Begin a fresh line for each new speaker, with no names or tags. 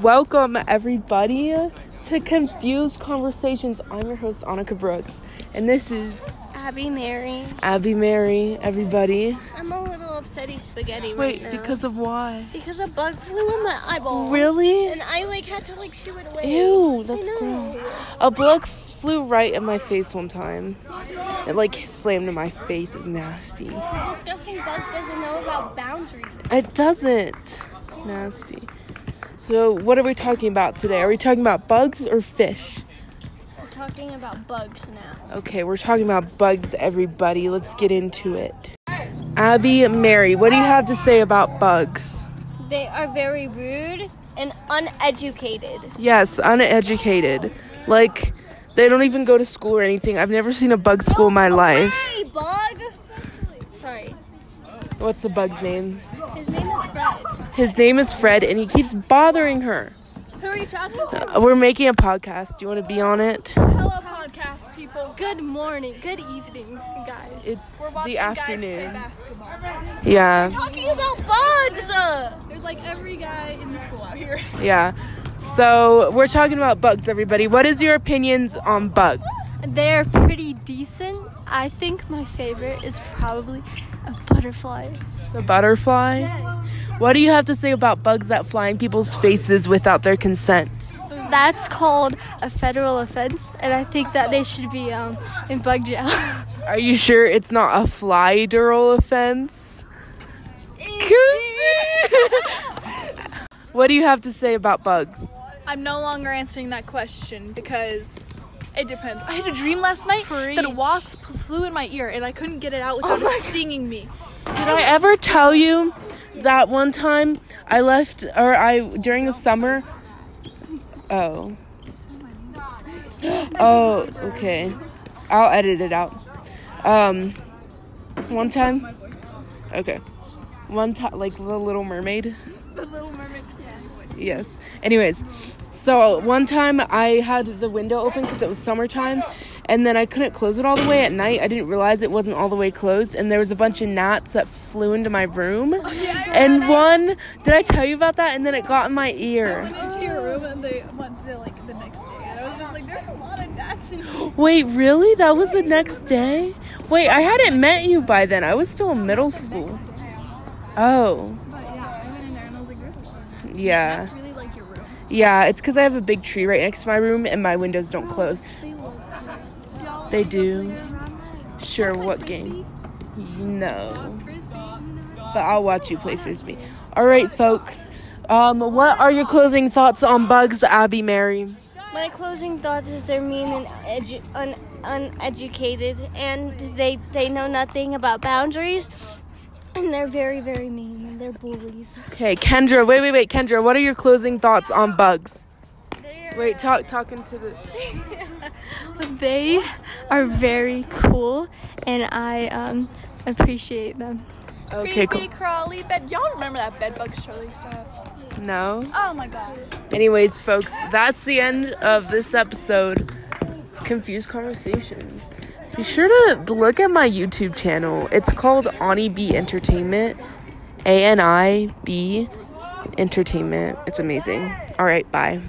Welcome, everybody, to Confused Conversations. I'm your host, Annika Brooks, and this is
Abby Mary.
Abby Mary, everybody.
I'm a little upsetty spaghetti right
Wait,
now.
because of why?
because a bug flew in my eyeball.
Really?
And I like had to like shoo it away.
Ew, that's
I know.
gross. A bug flew right in my face one time. It like slammed in my face. It was nasty.
The disgusting bug doesn't know about boundaries.
It doesn't. Nasty. So, what are we talking about today? Are we talking about bugs or fish?
We're talking about bugs now.
Okay, we're talking about bugs, everybody. Let's get into it. Abby, Mary, what do you have to say about bugs?
They are very rude and uneducated.
Yes, uneducated. Like, they don't even go to school or anything. I've never seen a bug school in my life.
Hey, bug. Sorry.
What's the bug's name?
His name is Fred.
His name is Fred, and he keeps bothering her.
Who are you talking to?
Uh, We're making a podcast. Do you want to be on it?
Hello, podcast people. Good morning, good evening, guys.
It's
We're watching
the
guys play
afternoon.
basketball.
Yeah,
Talking about bugs. Uh,
There's like every guy in the school out here.
yeah. So, we're talking about bugs, everybody. What is your opinions on bugs?
They're pretty decent. I think my favorite is probably a butterfly.
The butterfly? What do you have to say about bugs that fly in people's faces without their consent?
That's called a federal offense, and I think that they should be um, in bug jail.
Are you sure it's not a fly dural offense? what do you have to say about bugs?
I'm no longer answering that question because it depends. I had a dream last night that a
Preach.
wasp flew in my ear and I couldn't get it out
Oh
without it stinging me.
Did I ever tell you that one time I left or I during the summer? Oh. Oh, okay. I'll edit it out. Um one time Okay. One time like the little mermaid. Yes. Anyways, so one time I had the window open because it was summertime, and then I couldn't close it all the way at night. I didn't realize it wasn't all the way closed, and there was a bunch of gnats that flew into my room. and one, did I tell you about that? And then it got in my ear.
Into your room and they went there like the next day. And I was just like, there's a lot of gnats in here.
Wait, really? That was the next day? Wait, I hadn't met you by then. I was still in middle school. Oh,
But yeah, I went in there and I was like, there's a lot of gnats.
yeah.
That's really like your room.
Yeah, it's because I have a big tree right next to my room and my windows don't close. They do. Sure, what game? No. But I'll watch you play frisbee. All right, folks. Um, what are your closing thoughts on bugs, Abby Mary?
My closing thoughts is they're mean and edu- un- uneducated, and they they know nothing about boundaries, and they're very very mean and they're bullies.
Okay, Kendra. Wait, wait, wait, Kendra. What are your closing thoughts on bugs? Wait, talk talking to the.
They are very cool, and I um, appreciate them.
Okay,
Creepy,
cool.
crawly bed. Y'all remember that bed bug Shirley stuff?
No.
Oh my god.
Anyways, folks, that's the end of this episode. It's Confused Conversations. Be sure to look at my YouTube channel. It's called Ani B Entertainment. A N I B Entertainment. It's amazing. All right, bye.